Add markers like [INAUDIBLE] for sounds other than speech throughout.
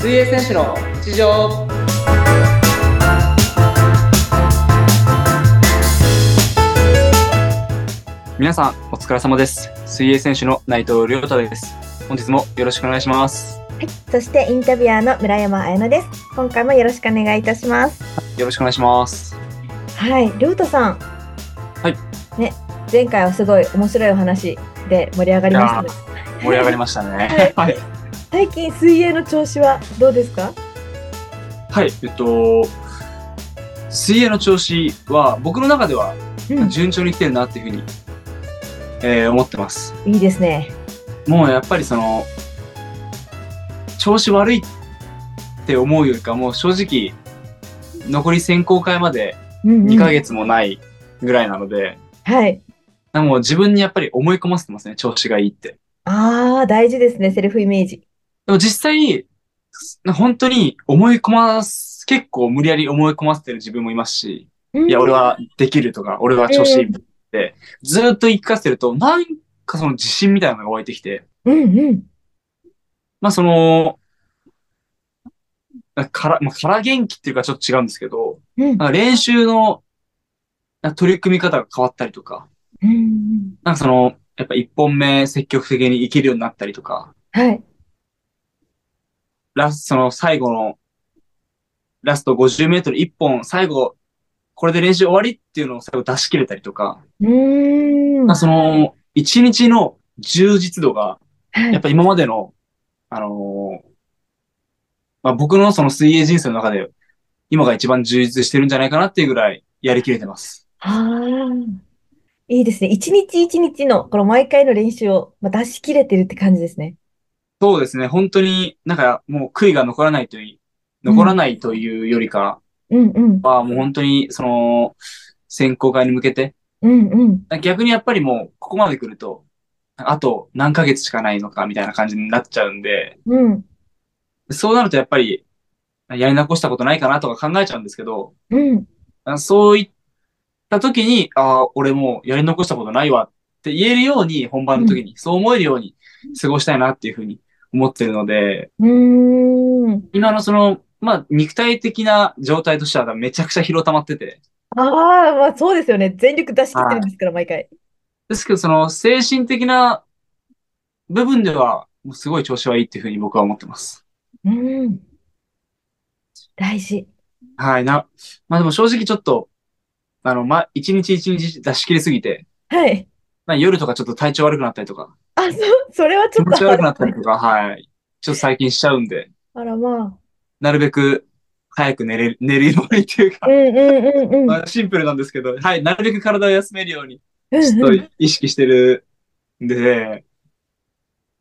選手の日常皆さん、お疲れ様です。水泳選手の内藤亮太です。本日もよろしくお願いします。はい、そしてインタビュアーの村山彩乃です。今回もよろしくお願いいたします。よろしくお願いします。。はい、りょうたさん。はいね、前回はすごい面白いお話で盛り上がりましたね。盛り上がりましたね。はい。最近水泳の調子はどうですか？はい、えっと、水泳の調子は僕の中ではうん、順調に来てるなっていうふうに、えー思ってます。いいですね。もうやっぱりその、調子悪いって思うよりか、もう正直、残り選考会までうん、 2ヶ。月もないぐらいなので、はい。なんかもう自分にやっぱり思い込ませてますね、調子がいいって。ああ、大事ですね、セルフイメージ。でも実際、本当に思い込ます、結構無理やり思い込ませてる自分もいますし、うんいや、俺。はできるとか、俺は調子いいって、ずーっと言い聞かせてると、なんかその自信みたいなのが湧いてきて、うんうん。まあその、から、まあ、から元気っていうかちょっと違うんですけど、うんなんか練習のなんか取り組み方が変わったりとか、うんうん。なんかその、やっぱ一本目積極的にいけるようになったりとか、はい。ラスその最後の、ラスト50メートル1本、最後、これで練習終わりっていうのを最後出し切れたりとか、うーん。まあその、1日の充実度が、はいやっぱ今までの、あのーまあ僕のその水泳人生の中で、今が一番充実してるんじゃないかなっていうぐらいやりきれてます。ああ。いいですね。一日一日のこの毎回の練習をまあ出し切れてるって感じですね。そうですね、本当になんかもう悔いが残らないという、残らないというよりかうんうん。は、もう本当にその、選考会に向けて、うんうん。逆にやっぱりもう、ここまで来ると、あと何ヶ月しかないのかみたいな感じになっちゃうんで、うん。そうなるとやっぱり、やり残したことないかなとか考えちゃうんですけど、うん。そういった時に、ああ、俺もうやり残したことないわって言えるように、本番の時に、そう思えるように過ごしたいなっていうふうに思ってるので、うーん。今のその、まあ、肉体的な状態としてはめちゃくちゃ疲労溜まってて、ああ、まあそうですよね。全力出し切ってるんですから、毎回。ですけど、その、精神的な部分では、もうすごい調子はいいっていうふうに僕は思ってます。うん。大事。はい、な、まあでも正直ちょっと、あの、ま、一日一日出し切りすぎて、はい。 [LAUGHS] まあ、夜とかちょっと体調悪くなったりとか、あ、そ、それはち気ょっ持とち悪くなったりとか、はい、ちょっと最近しちゃうんで、あらまなるべく早く寝れる、寝るようにっていうあ。かう、んうんうんうん。まあ、シンプルなんですけど、はい、なるべく体を休めるように、うんちょうっん。と意識してるんで、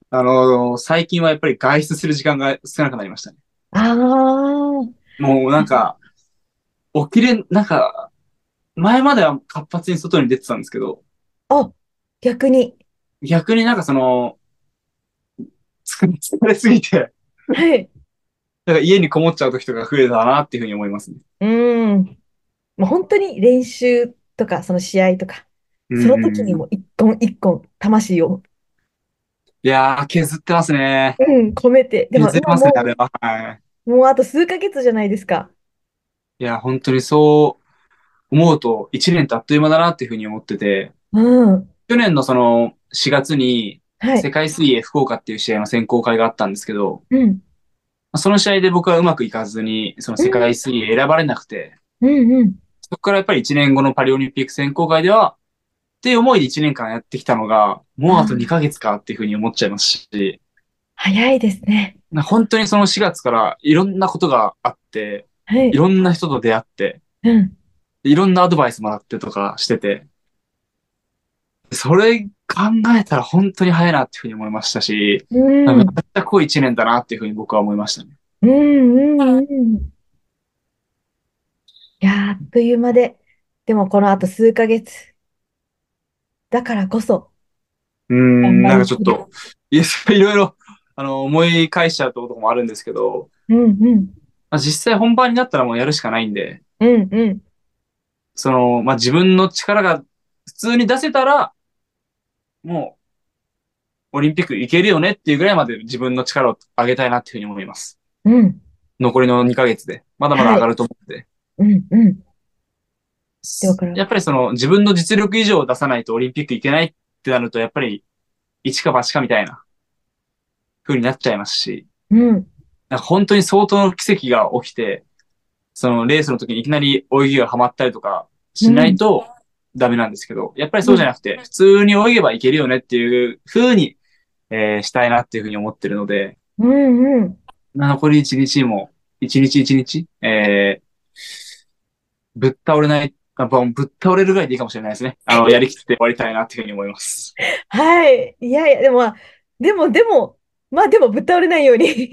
あの、最近はやっぱり外出する時間が少なくなりましたね。あもうなんか、起きれ、なんか、前までは活発に外に出てたんですけど、あ。あ、逆に。逆になんかその、疲れ疲れすぎて、はい。なんか家にこもっちゃう時とか増えたなっていうふうに思いますね。うん。もう本当に練習とか、その試合とか、その時にうんも一本一本魂を、いやー、削ってますね。うん、込めて。でも削ってますね、あ今もれは。はう、もうあと数ヶ月じゃないですか。い。いや、本当にそう思うと、一年ってあっという間だなっていうふうに思ってて、うん。去年のその4月にはい。世界水泳福岡っていう試合の選考会があったんですけど、うん。その試合で僕はうまくいかずに、その世界水泳選ばれなくて、うんうん。そこからやっぱり1年後のパリオリンピック選考会では、っていう思いで1年間やってきたのが、もうあと2ヶ月かっていうふうに思っちゃいますし、早いですね。な本当にその4月からいろんなことがあって、はいい。ろんな人と出会って、うん。いろんなアドバイスもらってとかしてて、それ考えたら本当に早いなっていうふうに思いましたし、うん。めちゃくちゃ濃い1年だなっていうふうに僕は思いましたね。うんうんうん。いやー、あっという間で、でもこのあと数ヶ月。だからこそ。うーん、なんかちょっと、いやそういろいろ、あの、思い返しちゃうとこともあるんですけど、うんうん。まあ、実際本番になったらもうやるしかないんで、うんうん。その、まあ、自分の力が普通に出せたら、もう、オリンピック行けるよねっていうぐらいまで自分の力を上げたいなっていうふうに思います。うん。残りの2ヶ月で、まだまだ上がると思って。うん、うん。でわかるやっぱりその自分の実力以上を出さないとオリンピック行けないってなると、やっぱり一か八かみたいな風になっちゃいますし、うん、なんか本当に相当の奇跡が起きて、そのレースの時にいきなり泳ぎがハマったりとかしないとダメなんですけど、やっぱりそうじゃなくて、普通に泳げばいけるよねっていう風に、えーしたいなっていう風に思ってるので、うん、うん。残り1日も、1日1日、えー、ぶっ倒れない、あぶぶっ倒れるぐらいでいいかもしれないですね。あの、やりきって終わりたいなっていうふうに思い [LAUGHS] ます。はい。いやいや、でもまあ、でも、でも、まあでも、ぶっ倒れないように。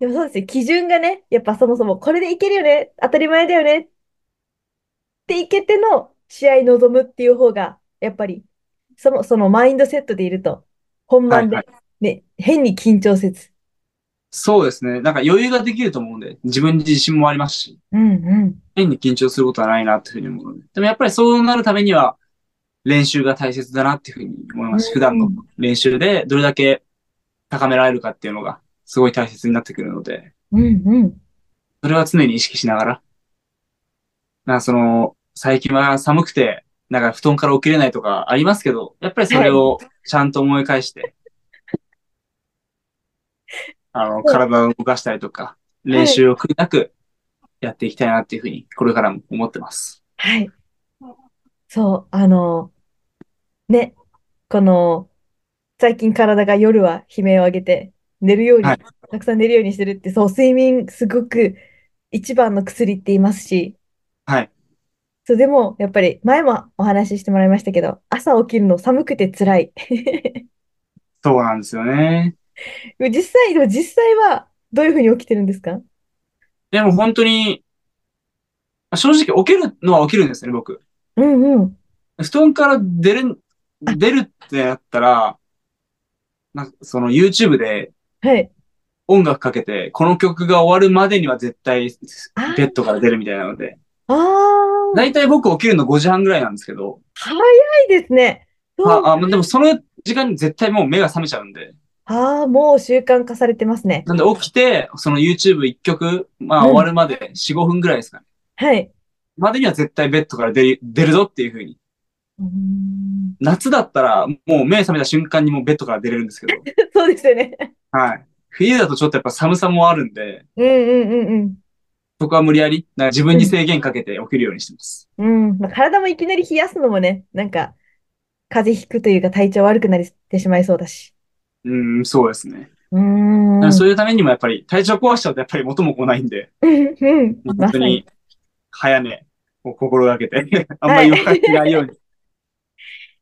でもそうですよ。基準がね、やっぱそもそも、これでいけるよね、当たり前だよね、っていけての試合に臨むっていう方が、やっぱり、その、そのマインドセットでいると、本番ではい、ね、変に緊張せず。そうですね。なんか余裕ができると思うんで、自分に自信もありますし、うんうん。変に緊張することはないなっていうふうに思うので。でもやっぱりそうなるためには、練習が大切だなっていうふうに思いますし、普段の練習でどれだけ高められるかっていうのが、すごい大切になってくるので、うんうん。それは常に意識しながら。なんかその、最近は寒くて、なんか布団から起きれないとかありますけど、やっぱりそれをちゃんと思い返して、あの、体を動かしたりとか、練習を苦なくやっていきたいなっていうふうに、これからも思ってます。はい。そう、あの、ね、この、最近体が夜は悲鳴を上げて、寝るように、はいたくさん寝るようにしてるって、そう、睡眠すごく一番の薬って言いますし、はい。そう、でも、やっぱり前もお話ししてもらいましたけど、朝起きるの寒くて辛い。 [LAUGHS] そうなんですよね。実際、でも実際はどういうふうに起きてるんですかでも本当に、まあ正直起きるのは起きるんですよね、僕。うんうん。布団から出る、出るってなったら、なんかその YouTube ではい。音楽かけて、この曲が終わるまでには絶対あーベッドから出るみたいなので、ああ、だいたい僕起きるの5時半ぐらいなんですけど、早いですね。そうまあ、あまあでもその時間に絶対もう目が覚めちゃうんで、ああ、もう習慣化されてますね。なんで起きて、その YouTube1 曲、まあうん終わるまで4、5分ぐらいですかね。はい。までには絶対ベッドから出る出るぞっていう風に。うーん夏だったらもう目覚めた瞬間にもうベッドから出れるんですけ [LAUGHS] ど、 [LAUGHS] そうですよね。はい。冬だとちょっとやっぱ寒さもあるんで、うんうんうんそこは無理やり、なんか自分に制限かけて起きるようにしてます。うん。うん。まあ、体もいきなり冷やすのもね、なんか、風邪ひくというか体調悪くなってしまいそうだし。うん、そうですね。うーん。だからそういうためにもやっぱり体調壊しちゃうとやっぱり元も子ないんで、うんうん。ま本さ当に。に早寝を心がけて、 [LAUGHS] あんまり動かしないよう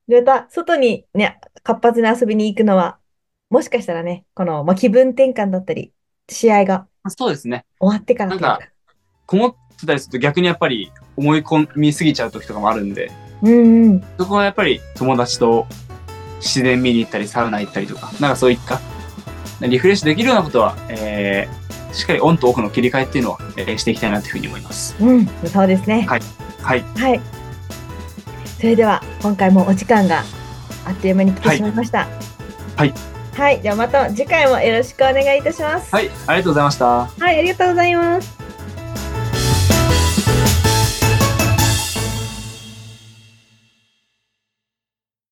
に。 [LAUGHS] また、外にね、活発に遊びに行くのは、もしかしたらね、この、まあ、気分転換だったり、試合がそうですね。終わってからというなんかこもってたりすると逆にやっぱり思い込みすぎちゃう時とかもあるんで、うんうん。そこはやっぱり友達と自然見に行ったり、サウナ行ったりとか、なんかそういった、リフレッシュできるようなことは、えーしっかりオンとオフの切り替えっていうのは、えーしていきたいなというふうに思います。うん。そうですね。はい。はい。それでは今回もお時間があっという間に来てしまいました。。はいはい、ではまた次回もよろしくお願いいたします。はい、ありがとうございました。はい、ありがとうございます。